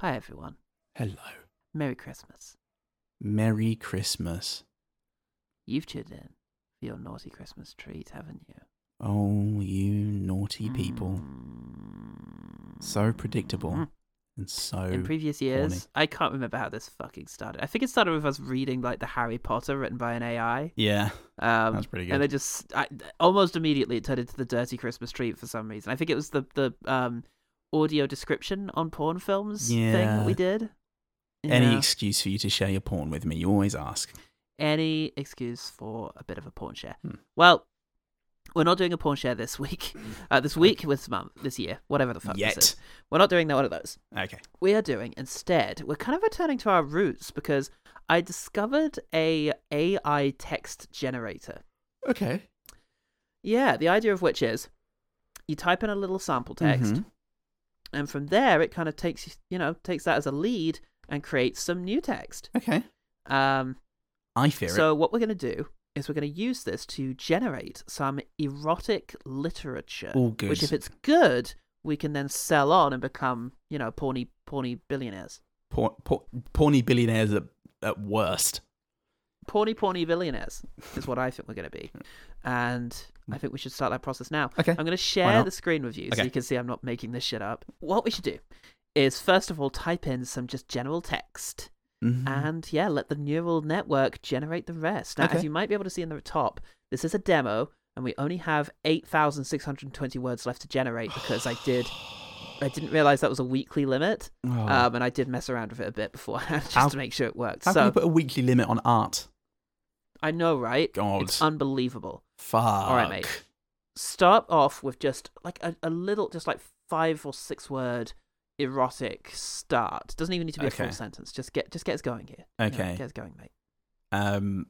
Hi, everyone. Hello. Merry Christmas. Merry Christmas. You've tuned in for your naughty Christmas treat, haven't you? Oh, you naughty Mm. people. So predictable and so. Mm-hmm. in previous years, horny. I can't remember how this fucking started. I think it started with us reading like the Harry Potter written by an AI. yeah. Um, That's pretty And I good. just I, almost immediately it turned into the dirty Christmas treat for some reason. I think it was the the um, audio description on porn films thing Yeah. that we did. Any Yeah. excuse for you to share your porn with me, you always ask. any excuse for a bit of a porn share. Hmm. Well, we're not doing a porn share this week. Uh, this week, this month, this year, whatever the fuck this Yet. is. We're not doing that one of those. Okay. We are doing instead. We're kind of returning to our roots because I discovered a AI text generator. Okay. Yeah, the idea of which is you type in a little sample text, Mhm. and from there it kind of takes you- you know takes that as a lead and creates some new text. Okay. Um, I fear it. so what we're going to do is we're going to use this to generate some erotic literature, All good. which if it's good, we can then sell on and become you know porny porny billionaires, Por- por- porny billionaires at, at worst. porny porny billionaires is what I think we're going to be, and I think we should start that process now. Okay. I'm going to share not? the screen with you so Okay. you can see I'm not making this shit up. What we should do is first of all type in some just general text. Mhm. And yeah, let the neural network generate the rest. Now, as Okay. you might be able to see in the top, this is a demo, and we only have eight thousand six hundred twenty words left to generate because I did, I didn't realize that was a weekly limit, Oh. um, and I did mess around with it a bit beforehand just How- to make sure it worked. How can so you put a weekly limit on art? I know, right? God. It's unbelievable. Fuck. All right, mate. Start off with just like a, a little, just like five or six word erotic start. Doesn't even need to be a Okay. full sentence. Just get, just get us going here. You know, Okay. get us going, mate. um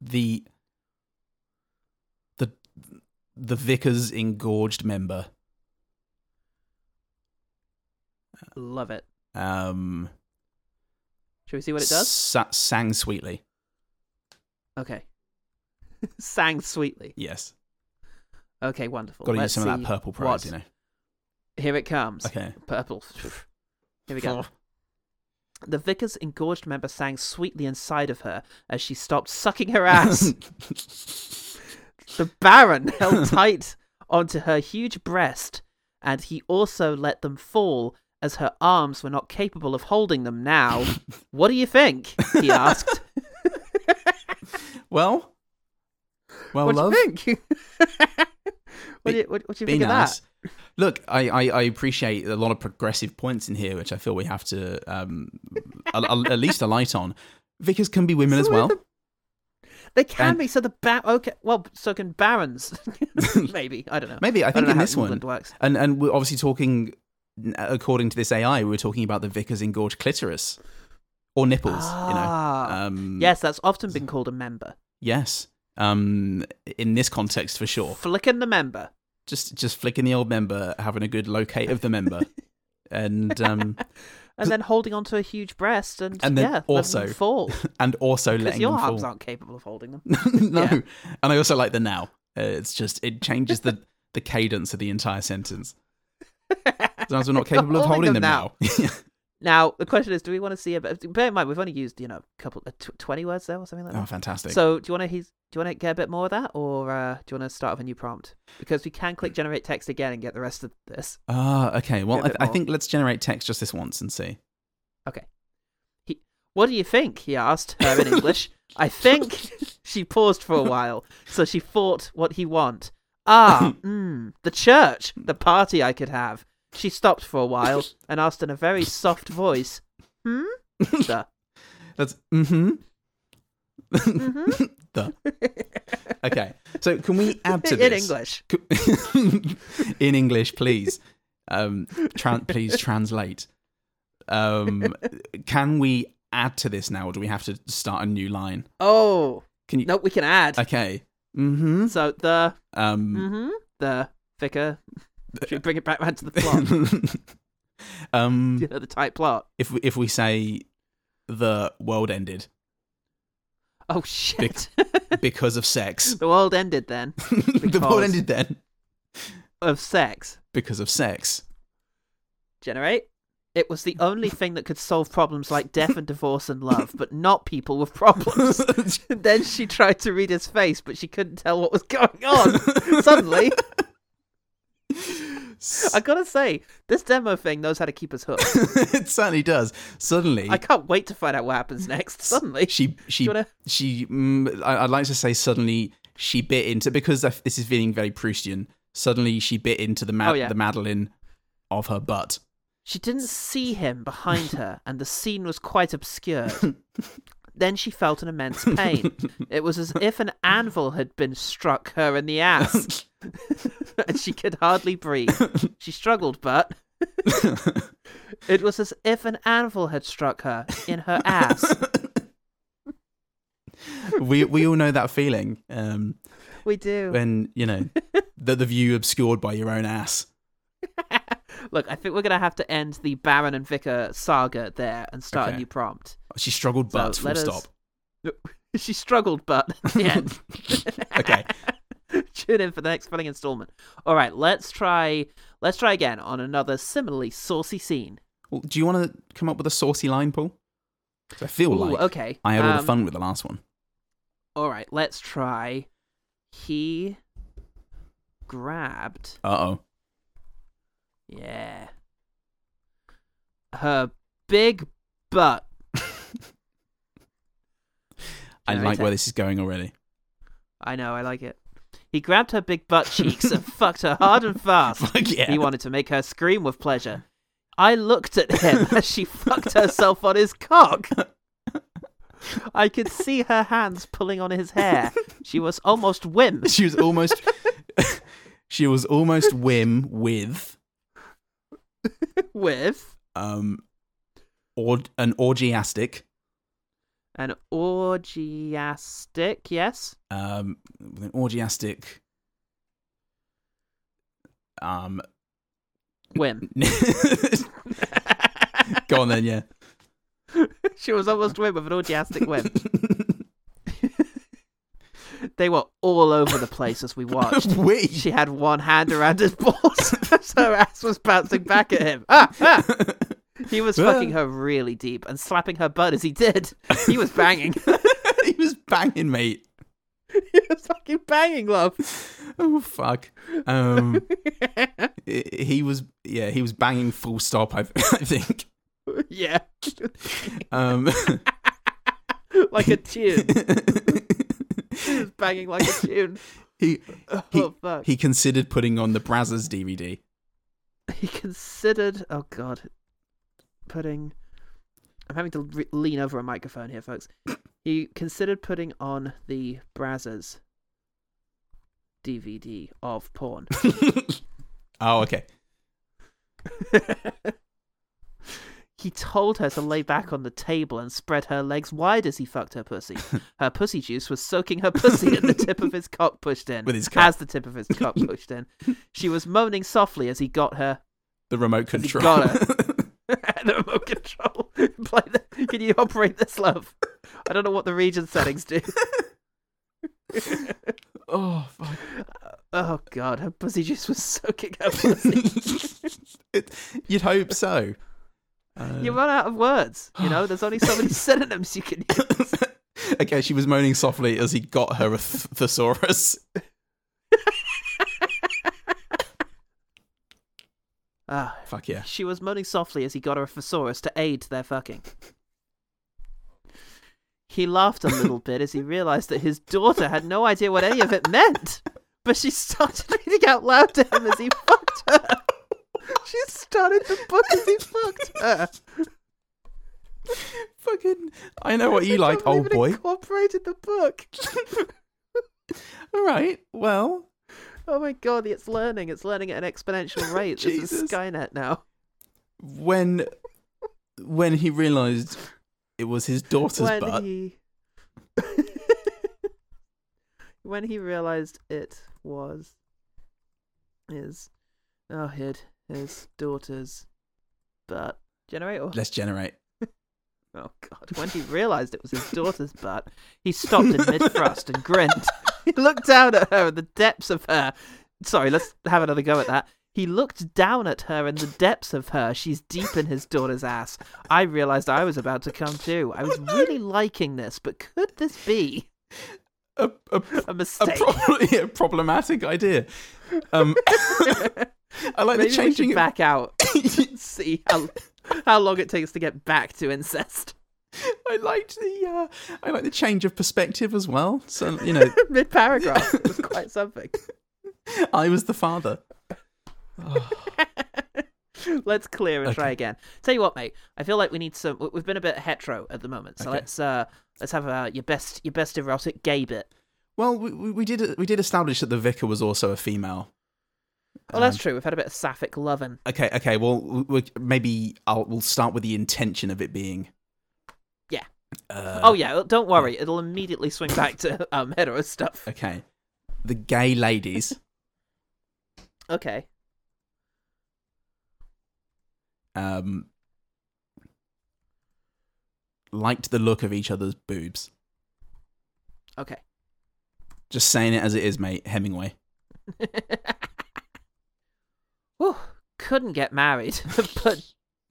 the the the vicar's engorged member Love it. um Shall we see what it does? sa- sang sweetly Okay. Sang sweetly. yes Okay, wonderful. got to use Let's some of see that purple what- pride you know Here it comes. okay Purple. Here we go. The vicar's engorged member sang sweetly inside of her as she stopped sucking her ass. the baron held tight onto her huge breast, and he also let them fall as her arms were not capable of holding them now. what do you think? He asked. well well what Oh, love do you think? what, do you, what, what do you be think nice of look I, I i appreciate a lot of progressive points in here which i feel we have to um a, a- at least a light on vicars can be women So as we're well the- that? They can And- be. So the ba- okay, well, so can barons, maybe. I don't know. maybe i don't think know in how this one England works. And and we're obviously talking, according to this AI, we were talking about the vicar's engorged clitoris, or nipples. You know. Ah. Um, yes, that's often been called a member. Yes. Um, in this context, for sure. Flicking the member. Just just flicking the old member, having a good locate of the member, and um, And then holding onto a huge breast and, And then yeah, letting also them fall. and also Because letting your them arms fall. aren't capable of holding them. no. Yeah. And I also like the now. Uh, it's just it changes the the cadence of the entire sentence. Sometimes we're not capable of holding them, now. Now, the question is do we want to see a bit. Bear in mind, we've only used, you know, a couple, uh, tw- 20 words there or something like oh, that. fantastic. so do you want to he's, do you want to get a bit more of that or uh, do you want to start with a new prompt? Because we can click generate text again and get the rest of this. Ah, okay. Well, Yeah, a I, bit I more. think let's generate text just this once and see. What do you think? He asked her in English. I think she paused for a while, so she thought what he want. Ah, mm, the church, the party I could have. She stopped for a while and asked in a very soft voice, "Hmm, the, That's mm-hmm. hmm Okay. So can we add to in this English." English? in English, please. Um, tran please translate. Um, can we add to this now, or do we have to start a new line? Oh, Can you? no, we can add. Okay. Mm-hmm. So the, Um, hmm the vicar. Should we bring it back round to the plot? um, you know, the tight plot. if we, if we say the world ended Oh shit! because of sex, the world ended then the world Because- ended then of sex. because of sex. Generate. It was the only thing that could solve problems like death and divorce and love, but not people with problems. And then she tried to read his face, but she couldn't tell what was going on. Suddenly, I gotta say, this demo thing knows how to keep us hooked. it certainly does. Suddenly, I can't wait to find out what happens next. Suddenly, she she you wanna- she. Mm, I, I'd like to say suddenly she bit into because I, this is feeling very Proustian. Suddenly she bit into the ma- Oh, yeah. the Madeline of her butt. she didn't see him behind her, and the scene was quite obscured. then she felt an immense pain. It was as if an anvil had been struck her in the ass, and she could hardly breathe. She struggled, but it was as if an anvil had struck her in her ass. we we all know that feeling um, We do. when you know the the view obscured by your own ass. Look, I think we're gonna have to end the Baron and Vicar saga there and start Okay. a new prompt. She struggled, So, but full let us- stop. She struggled, but yeah. Okay. Tune in for the next filling installment. All right, let's try. Let's try again on another similarly saucy scene. Well, do you want to come up with a saucy line, Paul? 'Cause I feel Ooh, like okay. I had all Um, the fun with the last one. All right, let's try. He grabbed. Uh oh. Yeah. Her big butt. I Generator. like where this is going already. I know, I like it. He grabbed her big butt cheeks and fucked her hard and fast. Fuck yeah. He wanted to make her scream with pleasure. I looked at him as she fucked herself on his cock. I could see her hands pulling on his hair. She was almost whim. she was almost. she was almost whim with With um, or an orgiastic. an orgiastic, yes? um, with an orgiastic um Whim. go on then yeah she was almost whim with an orgiastic whim. They were all over the place as we watched. we She had one hand around his balls as her ass was bouncing back at him. Ah, ah. He was fucking her really deep and slapping her butt as he did. He was banging. he was banging mate he was fucking banging, love. oh fuck um i- he was yeah he was banging full stop i, I think yeah. um Like a tune. He was banging like a tune. he he, Oh, fuck. he considered putting on the Brazzers DVD He considered. Oh, God. Putting. I'm having to re- lean over a microphone here, folks. He considered putting on the Brazzers DVD of porn. oh okay He told her to lay back on the table and spread her legs wide as he fucked her pussy. Her pussy juice was soaking her pussy and the tip of his cock pushed in. With his cock. As the tip of his cock pushed in. She was moaning softly as he got her. the remote he control got the remote control. Play the... Can you operate this, love? I don't know what the region settings do. oh fuck Oh, God. Her pussy juice was soaking her pussy. it, you'd hope so. Um, you run out of words. You know, there's only so many synonyms you can use. okay, she was moaning softly as he got her a th- thesaurus. Ah, Fuck yeah. She was moaning softly as he got her a thesaurus to aid their fucking. He laughed a little bit as he realized that his daughter had no idea what any of it meant, but she started reading out loud to him as he fucked her. She started the book as he fucked her. Fucking, I know what you like, Can't believe old it boy. Incorporated the book. All right, well, Oh my god, it's learning. It's learning at an exponential rate. This is Jesus. Skynet now. when when he realised it was his daughter's when butt, he when he realized it was his oh hid his daughter's butt generate or let's generate. oh god when he realized it was his daughter's butt he stopped in mid thrust and grinned he looked down at her in the depths of her sorry let's have another go at that He looked down at her in the depths of her. She's deep in his daughter's ass. I realized I was about to come to. I was really liking this, but could this be A, a, a a, mistake? prob- yeah, problematic idea. Um, I like Maybe the we changing. should of- back out. and see how how long it takes to get back to incest. I liked the. Uh, I like the change of perspective as well. So you know, Mid paragraph was quite something. I was the father. Let's clear and try Okay. again. Tell you what, mate. I feel like we need some. we- We've been a bit hetero at the moment, so Okay. let's uh let's have uh, your best your best erotic gay bit. Well, we, we we did we did establish that the vicar was also a female. Oh, Um, that's true. We've had a bit of sapphic loving. Okay, okay. Well, we, we, maybe I'll we'll start with the intention of it being. Yeah. Uh, oh yeah, well, don't worry. It'll immediately swing back to um hetero stuff. Okay. The gay ladies Okay. um, liked the look of each other's boobs. Okay. Just saying it as it is, mate. Hemingway. Whew, couldn't get married, but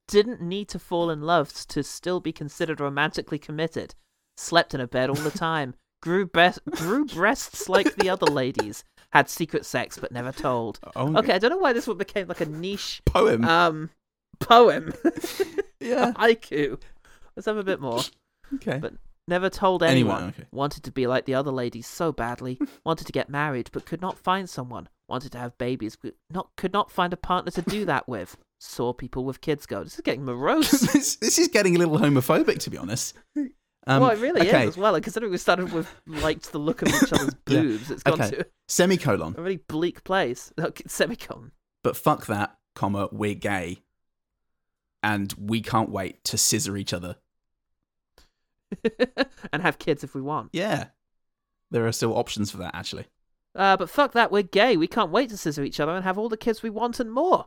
didn't need to fall in love to still be considered romantically committed. Slept in a bed all the time. Grew, bre- grew breasts like the other ladies. Had secret sex but never told. Oh, Okay, I don't know why this one became like a niche Poem. um poem. yeah. Haiku. Let's have a bit more. Okay. oh, But never told anyone. Anyone, okay. Wanted to be like the other ladies so badly. Wanted to get married, but could not find someone. Wanted to have babies, but not could not find a partner to do that with. Saw people with kids go. This is getting morose. this, this is getting a little homophobic, to be honest. Um, well, it really okay. is as well. And considering we started with liked the look of each other's Yeah. boobs, it's gone Okay. to Semicolon. a really bleak place. Look, semicolon. But fuck that, comma. We're gay, and we can't wait to scissor each other. and have kids if we want. Yeah. There are still options for that, actually. Uh, but fuck that, we're gay. We can't wait to scissor each other and have all the kids we want and more.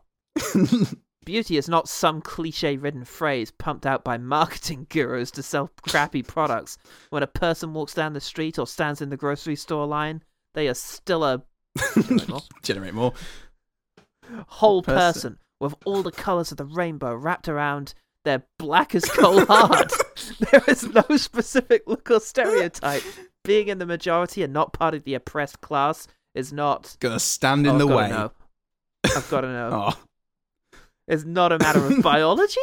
Beauty is not some cliche ridden phrase pumped out by marketing gurus to sell crappy products. When a person walks down the street or stands in the grocery store line, they are still a more. Generate more. whole person, Person. with all the colours of the rainbow wrapped around their black as coal heart. there is no specific look or stereotype. Being in the majority and not part of the oppressed class is not. Gonna stand Oh, in I've the gotta way. know. I've got to know. Oh, It's not a matter of biology.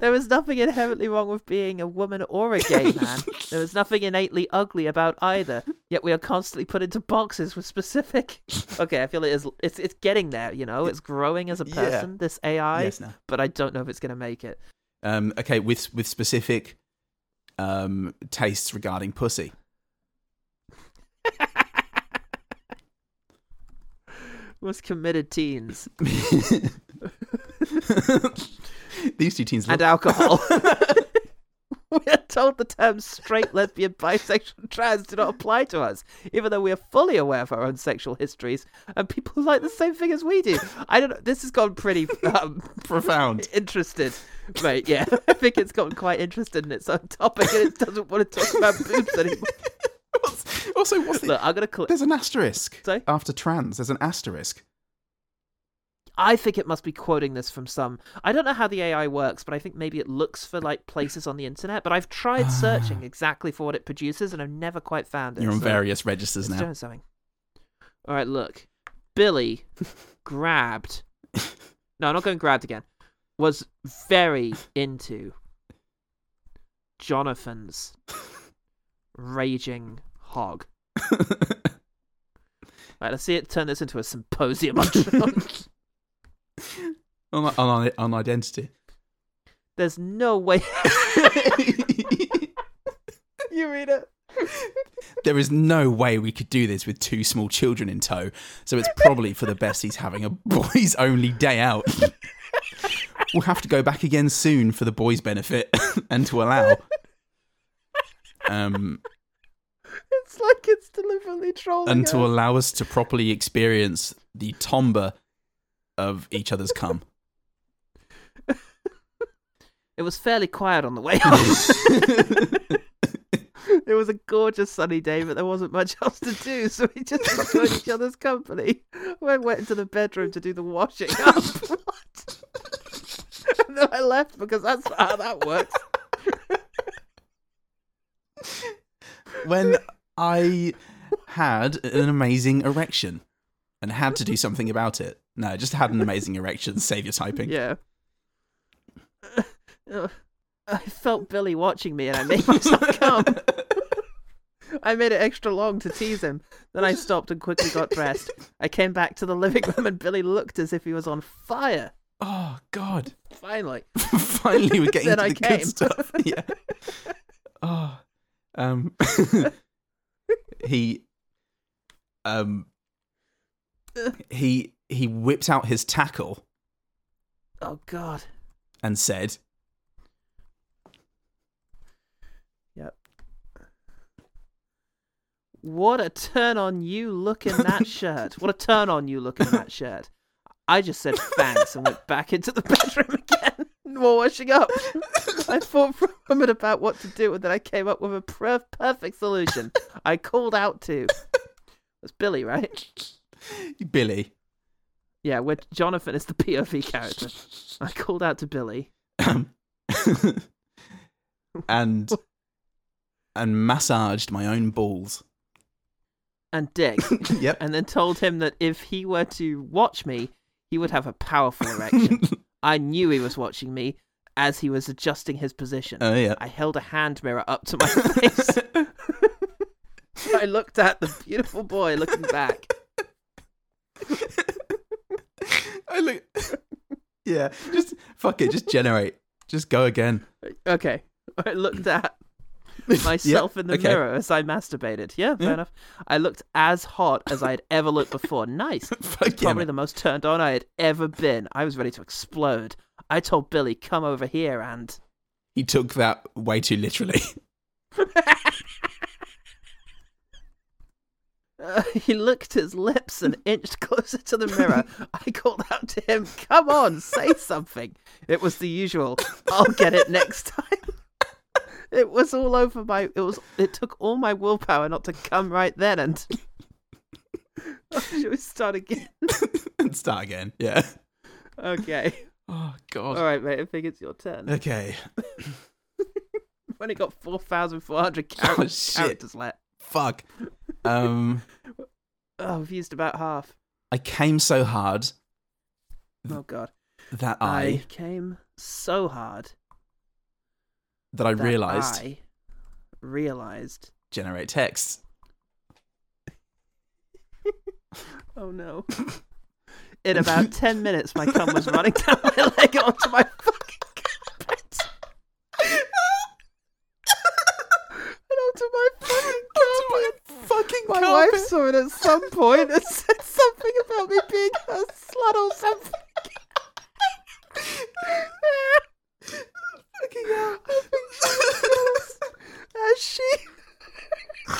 There is nothing inherently wrong with being a woman or a gay man. There is nothing innately ugly about either. Yet we are constantly put into boxes with specific. Okay, I feel it is. It's it's getting there. You know, it's growing as a Yeah. person. This AI, yes, no. but I don't know if it's going to make it. Um, okay, with with specific um, tastes regarding pussy. Was committed teens These two teens and uh, look- alcohol. we are told the terms straight, lesbian, bisexual, and trans do not apply to us, even though we are fully aware of our own sexual histories and people who like the same thing as we do. I don't know. This has gone pretty um, profound. interested, mate. Yeah, I think it's gotten quite interested in its own topic and it doesn't want to talk about boobs anymore. What's- also, what's the, Look, I'm gonna. Cl- there's an asterisk Sorry? after trans. There's an asterisk. I think it must be quoting this from some. I don't know how the AI works, but I think maybe it looks for like places on the internet. But I've tried searching exactly for what it produces, and I've never quite found it. You're on so various registers it's now. doing something. All right, look, Billy grabbed. No, I'm not going grabbed again. Was very into Jonathan's raging hog. All right, let's see it turn this into a symposium on on, on, on identity. There's no way. you read it. there is no way we could do this with two small children in tow. So it's probably for the best he's having a boys only day out. we'll have to go back again soon for the boys' benefit and to allow. Um, It's like it's deliberately trolling. and to us. allow us to properly experience the tomba of each other's cum. It was fairly quiet on the way home. It was a gorgeous sunny day, but there wasn't much else to do, so we just enjoyed each other's company. I went into the bedroom to do the washing up. What? and then I left because that's not how that works. when I had an amazing erection and had to do something about it. No, just had an amazing erection. Save your typing. Yeah. Ugh. I felt Billy watching me and I made myself come. I made it extra long to tease him. Then I stopped and quickly got dressed. I came back to the living room and Billy looked as if he was on fire. Oh God! Finally. Finally, we're getting Then to I the came. good stuff. Yeah. Oh, um, he, um, he he whipped out his tackle Oh, God. and said, What a turn on you look in that shirt. What a turn on you look in that shirt. I just said thanks and went back into the bedroom again. More washing up. I thought for a moment about what to do, and then I came up with a per- perfect solution. I called out to. That's Billy, right? "Billy, Yeah, where Jonathan is the POV character. I called out to Billy. and and massaged my own balls. and Dick, Yep. and then told him that if he were to watch me, he would have a powerful erection. I knew he was watching me as he was adjusting his position. Oh yeah. I held a hand mirror up to my face. I looked at the beautiful boy looking back. I look. yeah. Just fuck it. Just generate. Just go again. Okay. I looked at myself in the okay. mirror as I masturbated. Yeah, fair Yeah. enough. I looked as hot as I had ever looked before. Nice. Fuck yeah. Probably man. the most turned on I had ever been. I was ready to explode. I told Billy, come over here and. He took that way too literally. Uh, he licked his lips and inched closer to the mirror. I called out to him, Come on, say something. It was the usual, I'll get it next time. It was all over my it was it took all my willpower not to come right then and should we start again? and start again. Yeah. Okay. Oh god. Alright mate, I think it's your turn. Okay. We've only got four thousand four hundred characters, Oh, shit. characters left. Fuck. Um, Oh, we've used about half. I came so hard Oh god. that I, I came so hard. that I that realized I realized. generate text. Oh no. In about 10 minutes, my cum was running down my leg onto my fucking carpet. and onto my fucking carpet. Fucking Oh, My wife saw it at some point and said something about me being a slut or something. Fucking hell. As she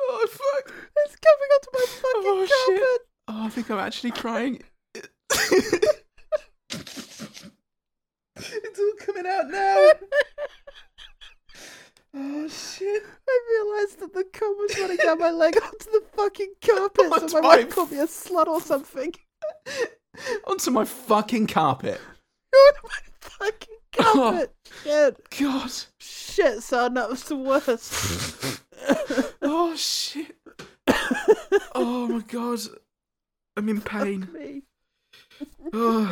oh fuck. is coming onto my fucking Oh, shit. carpet. Oh, I think I'm actually crying. it's all coming out now. Oh shit. I realised that the cum was running down my leg onto the fucking carpet, Onto so my my wife called me a slut or something. Onto my fucking carpet. Onto my fucking Oh. carpet. Shit. God. Shit, son, that was the worst. Oh shit. Oh my god. I'm in pain. Me. Oh.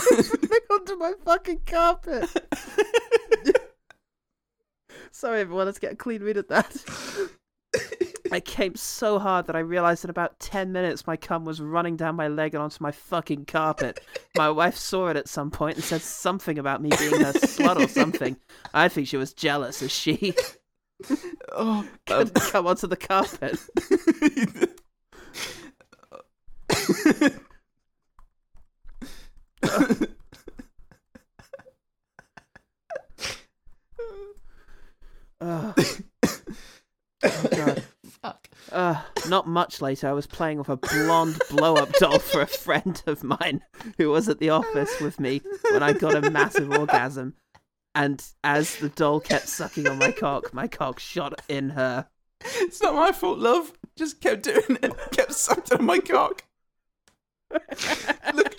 Running onto my fucking carpet. Sorry, everyone, let's get a clean read of that. I came so hard that I realised in about 10 minutes my cum was running down my leg and onto my fucking carpet. My wife saw it at some point and said something about me being a slut or something. I think she was jealous as she Oh. um, couldn't come onto the carpet. Ugh. Oh, God. Fuck. Uh, not much later, I was playing with a blonde blow up doll for a friend of mine who was at the office with me when I got a massive orgasm. and as the doll kept sucking on my cock, my cock shot in her. It's not my fault, love. Just kept doing it. Kept sucking on my cock. look,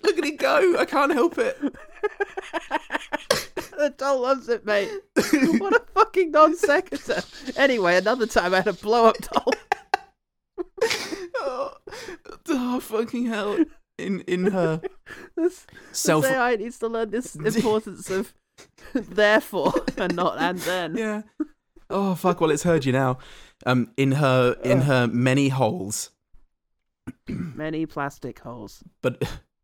look at it go. I can't help it. the doll loves it, mate. What a fucking non sequitur. Anyway, another time I had a blow up doll. oh, oh, fucking hell. In in her This self. this AI needs to learn this importance of therefore and not and then. Yeah. Oh fuck. Well, it's heard you now. Um, in her in her many holes. Many plastic holes. But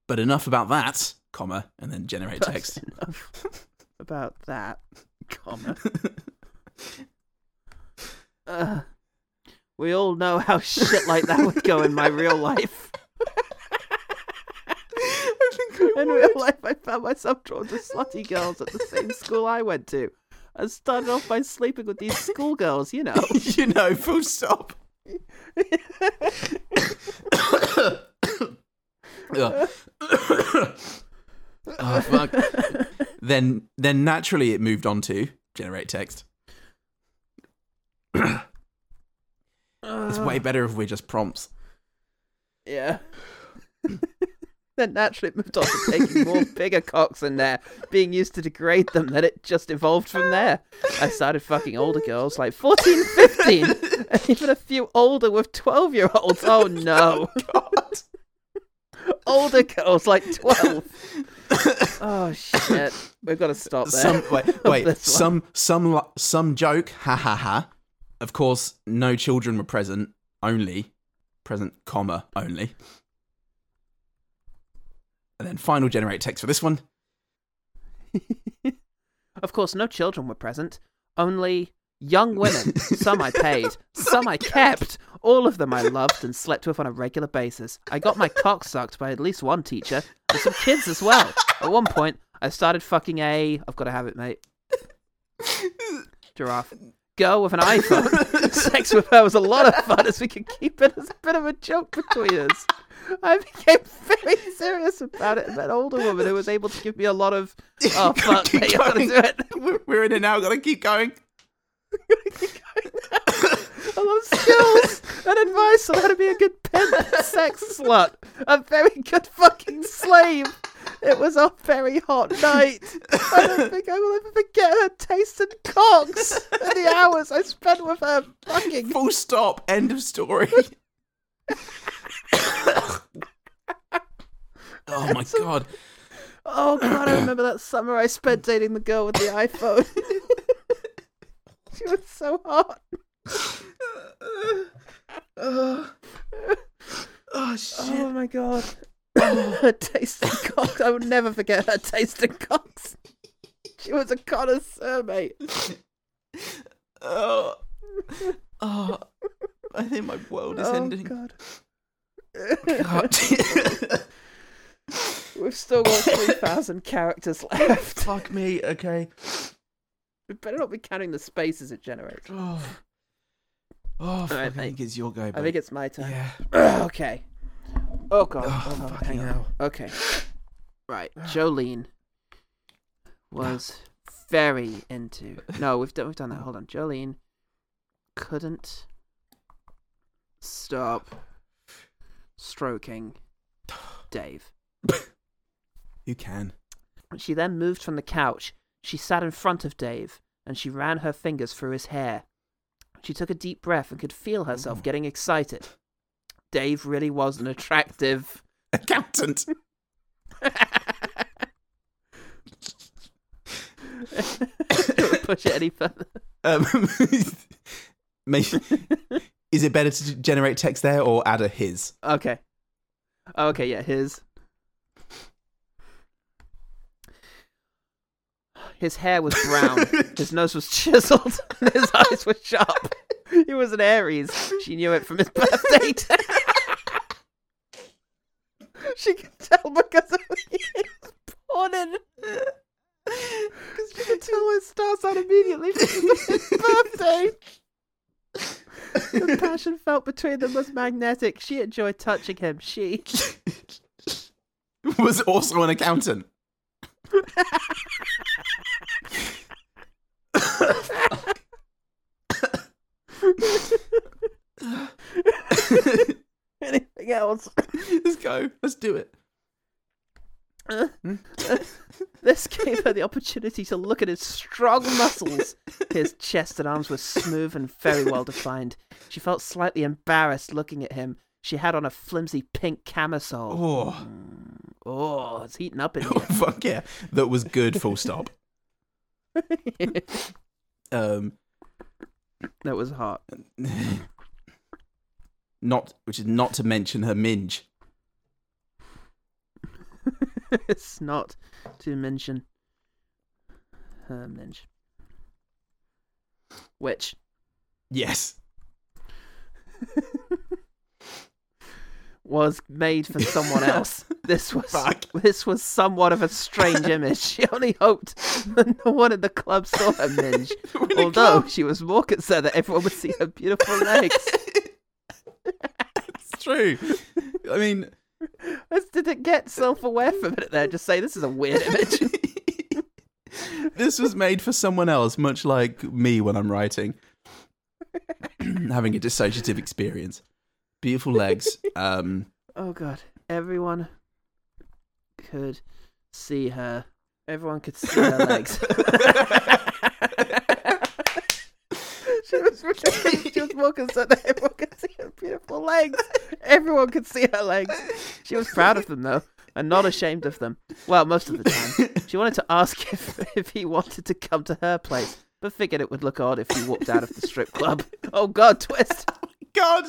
but enough about that, comma, and then generate text. That's enough about that, comma. Ugh. we all know how shit like that would go in my real life. I think I In real life, I found myself drawn to slutty girls at the same school I went to. I started off by sleeping with these schoolgirls, you know. you know, full stop. Ugh. oh fuck. then then naturally it moved on to generate text. It's Ah. way better if we're just prompts. Yeah. then naturally it moved on to taking more bigger cocks in there, being used to degrade them, then it just evolved from there. I started fucking older girls, like 14, 15, and even a few older with 12 year olds. Oh no. God. Older girls, like 12. Oh shit. We've got to stop there. Some wait, wait This one. some some lo- some joke. Ha ha ha. Of course, no children were present. Only present, comma only. And then final generate text for this one. Of course, no children were present, only young women. Some I paid, some I kept. All of them I loved and slept with on a regular basis. I got my cock sucked by at least one teacher, and some kids as well. At one point, I started fucking a. I've got to have it, mate. Giraffe. Girl with an iPhone. Sex with her was a lot of fun as we could keep it as a bit of a joke between us. I became very serious about it and met an older woman who was able to give me a lot of oh fuck Keep mate, I gotta going. do it. We're- We're in it now. Gotta keep going. I love skills and advice on how to be a good pimp, sex slut, a very good fucking slave. It was a very hot night. I don't think I will ever forget her taste in cocks and the hours I spent with her fucking. Full stop. End of story. oh my god. Oh god, I remember that summer I spent dating the girl with the iPhone. she was so hot. Oh shit. Oh my god. her taste in cocks. I will never forget her taste in cocks. She was a connoisseur, mate. Oh. oh. I think my world is oh ending. god. God. We've still got 3,000 characters left. Fuck me. Okay. We better not be counting the spaces it generates. Oh. Oh, fuck, I right, think it's your go, I bud. think it's my turn. yeah. okay. Oh god. Oh, Oh, god. fucking Hang on. hell. Okay. Right. Jolene was very into. No, we've done, we've done that. Hold on. Jolene couldn't stop stroking Dave. You can. She then moved from the couch. She sat in front of Dave, and she ran her fingers through his hair. She took a deep breath and could feel herself getting excited. Dave really was an attractive. Accountant. Push it any further. Um, maybe, is it better to generate text there or add a his? Okay. Okay, yeah, his. His hair was brown. his nose was chiseled. and his eyes were sharp. He was an Aries. She knew it from his birthday date. she could tell because of he was born in. Because she could tell it starts out immediately because of his birthday. The passion felt between them was magnetic. She enjoyed touching him. She. Was also an accountant. go. Let's do it. This gave her the opportunity to look at his strong muscles. His chest and arms were smooth and very well defined. She felt slightly embarrassed looking at him. She had on a flimsy pink camisole. Oh, Oh, it's heating up in fuck yeah. That was good, full stop. here. Um, that was hot. not, which is not to mention her minge. it's not to mention her minge. Which Yes. was made for someone else. This was Fuck. this was somewhat of a strange image. She only hoped that no one in the club saw her minge. We're in a Although club. she was more concerned that everyone would see her beautiful legs. it's true. I mean, This didn't get self-aware for a minute there. Just say this is a weird image. this was made for someone else, much like me when I'm writing, having a dissociative experience. Beautiful legs. Um, Oh god, everyone could see her. Everyone could see her legs. she was really she was more concerned that everyone could see her beautiful legs. Everyone could see her legs. She was proud of them though, and not ashamed of them. Well, most of the time. She wanted to ask if if he wanted to come to her place, but figured it would look odd if he walked out of the strip club. Oh god, twist! God,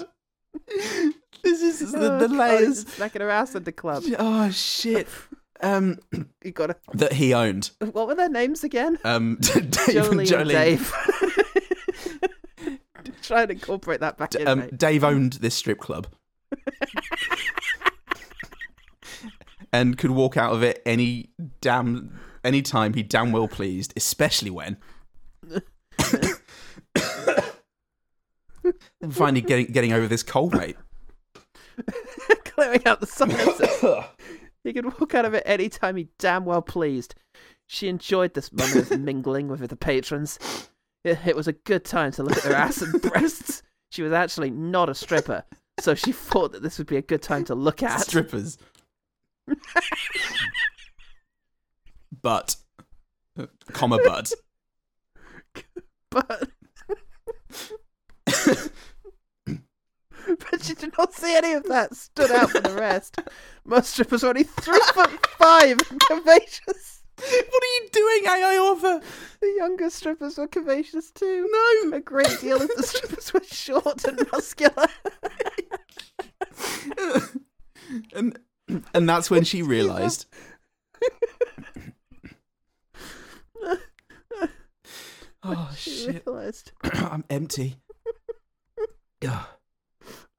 this is the, Oh, the God, layers. smacking her ass in the club. Oh shit. Um, You gotta that he owned. What were their names again? Um, Dave Jolie, and and Jolene. Dave. Try and incorporate that back D- in. um, mate. Dave owned this strip club and could walk out of it any damn any time he damn well pleased, especially when. I'm finally getting getting over this cold, mate. Clearing out the silences. he could walk out of it any time he damn well pleased. She enjoyed this moment of mingling with the patrons. It, it was a good time to look at their ass and breasts. She was actually not a stripper, so she thought that this would be a good time to look at. Strippers. but, comma but. but but she did not see any of that. Stood out from the rest. Most strippers were only three foot five and curvaceous. What are you doing, AI author? The younger strippers were curvaceous too. No. A great deal of the strippers were short and muscular. Oh, and and that's when she realized oh She shit realised. i'm empty Ugh.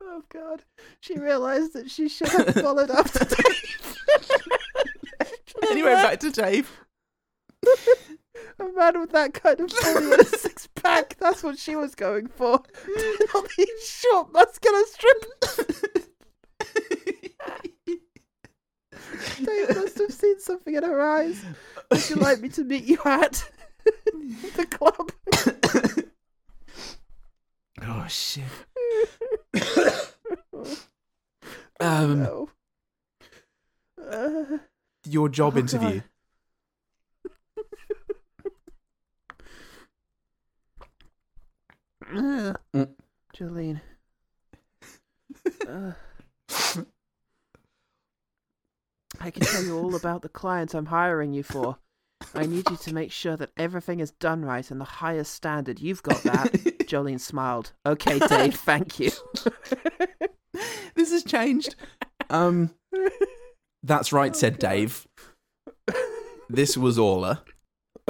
Oh god. She realised that she should have followed after Dave. anyway back to dave A man with that kind of body and a six pack, that's what she was going for. Not these short, muscular strippers. Dave must have seen something in her eyes. Would you like me to meet you at the club? oh shit um No. Uh, your job Oh, interview ugh. Mm. Jolene. Ugh. I can tell you all about the client I'm hiring you for. I need you to make sure that everything is done right and the highest standard. You've got that. Jolene smiled. Okay, Dave, thank you. this has changed um that's right said Oh, dave this was orla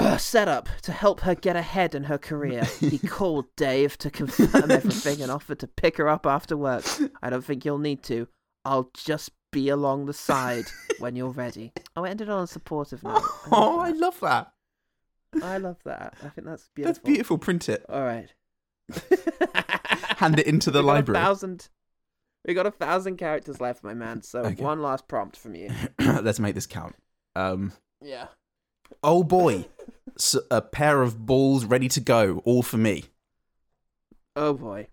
set up to help her get ahead in her career. He called Dave to confirm everything and offered to pick her up after work. I don't think you'll need to. I'll just be along the side when you're ready. Oh, it ended on a supportive note. I oh love i that. love that I love that. I think that's beautiful. that's beautiful print it All right. hand it into the We got a library thousand. We got a thousand characters left, my man. So Okay. one last prompt from you. let's make this count um Yeah. Oh boy, S a pair of balls ready to go, all for me. Oh boy.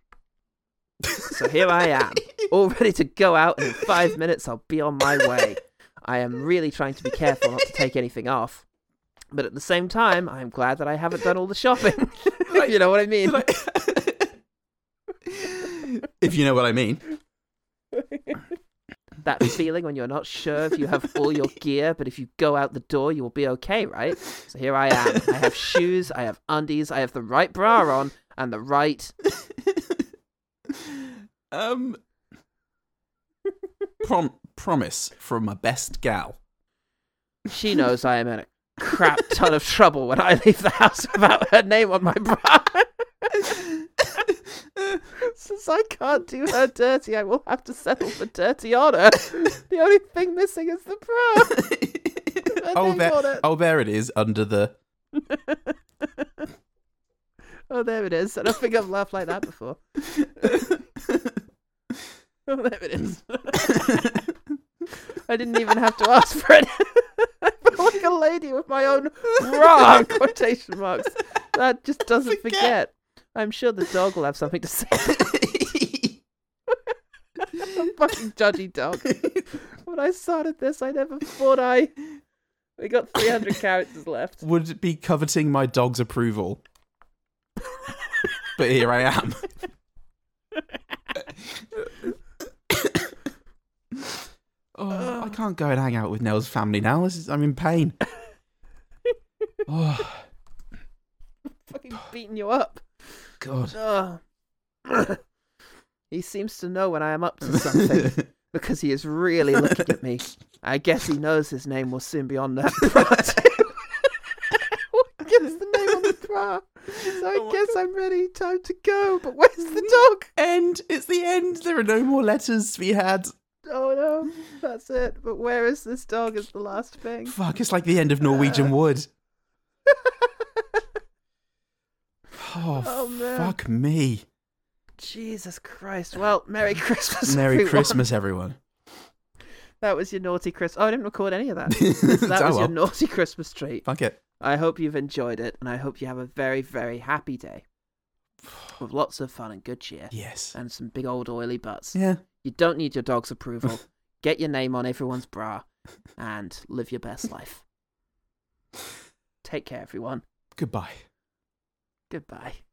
So here I am. all ready to go out, and in five minutes I'll be on my way. I am really trying to be careful not to take anything off. But at the same time, I'm glad that I haven't done all the shopping. you know what I mean? if you know what I mean. that feeling when you're not sure if you have all your gear, but if you go out the door, you will be okay, right? So here I am. I have shoes, I have undies, I have the right bra on, and the right. Um, prom- promise from my best gal. She knows I am in a crap ton of trouble when I leave the house about her name on my bra. Since I can't do her dirty, I will have to settle for dirty on her. The only thing missing is the bra. Her Oh, name on there, it. oh, there it is under the. Oh, there it is. I don't think I've laughed like that before. oh, there it is. I didn't even have to ask for it. I felt like a lady with my own bra quotation marks. That just doesn't forget. I'm sure the dog will have something to say. Fucking judgy dog. When I started this, I never thought I. We got 300 characters left. Would it be coveting my dog's approval. but here I am. oh, I can't go and hang out with Nell's family now. This is, I'm in pain. oh, Fucking beating you up. God. Ugh. he seems to know when I am up to something because he is really looking at me. I guess he knows his name will soon be on that bra. too. what gives the name on the bra? So I Oh my Mm-hmm. guess I'm ready. Time to go. But where's the dog? end. It's the end. There are no more letters to be had. Oh no, that's it. But where is this dog? Is the last thing. Fuck, it's like the end of Norwegian Wood. Oh, Oh, man. fuck me. Jesus Christ. Well, Merry Christmas. Merry everyone. Christmas, everyone. That was your naughty Chris. Oh, I didn't record any of that. Oh, That was well. your naughty Christmas treat. Fuck it. I hope you've enjoyed it, and I hope you have a very, very happy day with lots of fun and good cheer Yes. and some big old oily butts. Yeah. You don't need your dog's approval. Get your name on everyone's bra and live your best life. Take care, everyone. Goodbye. Goodbye.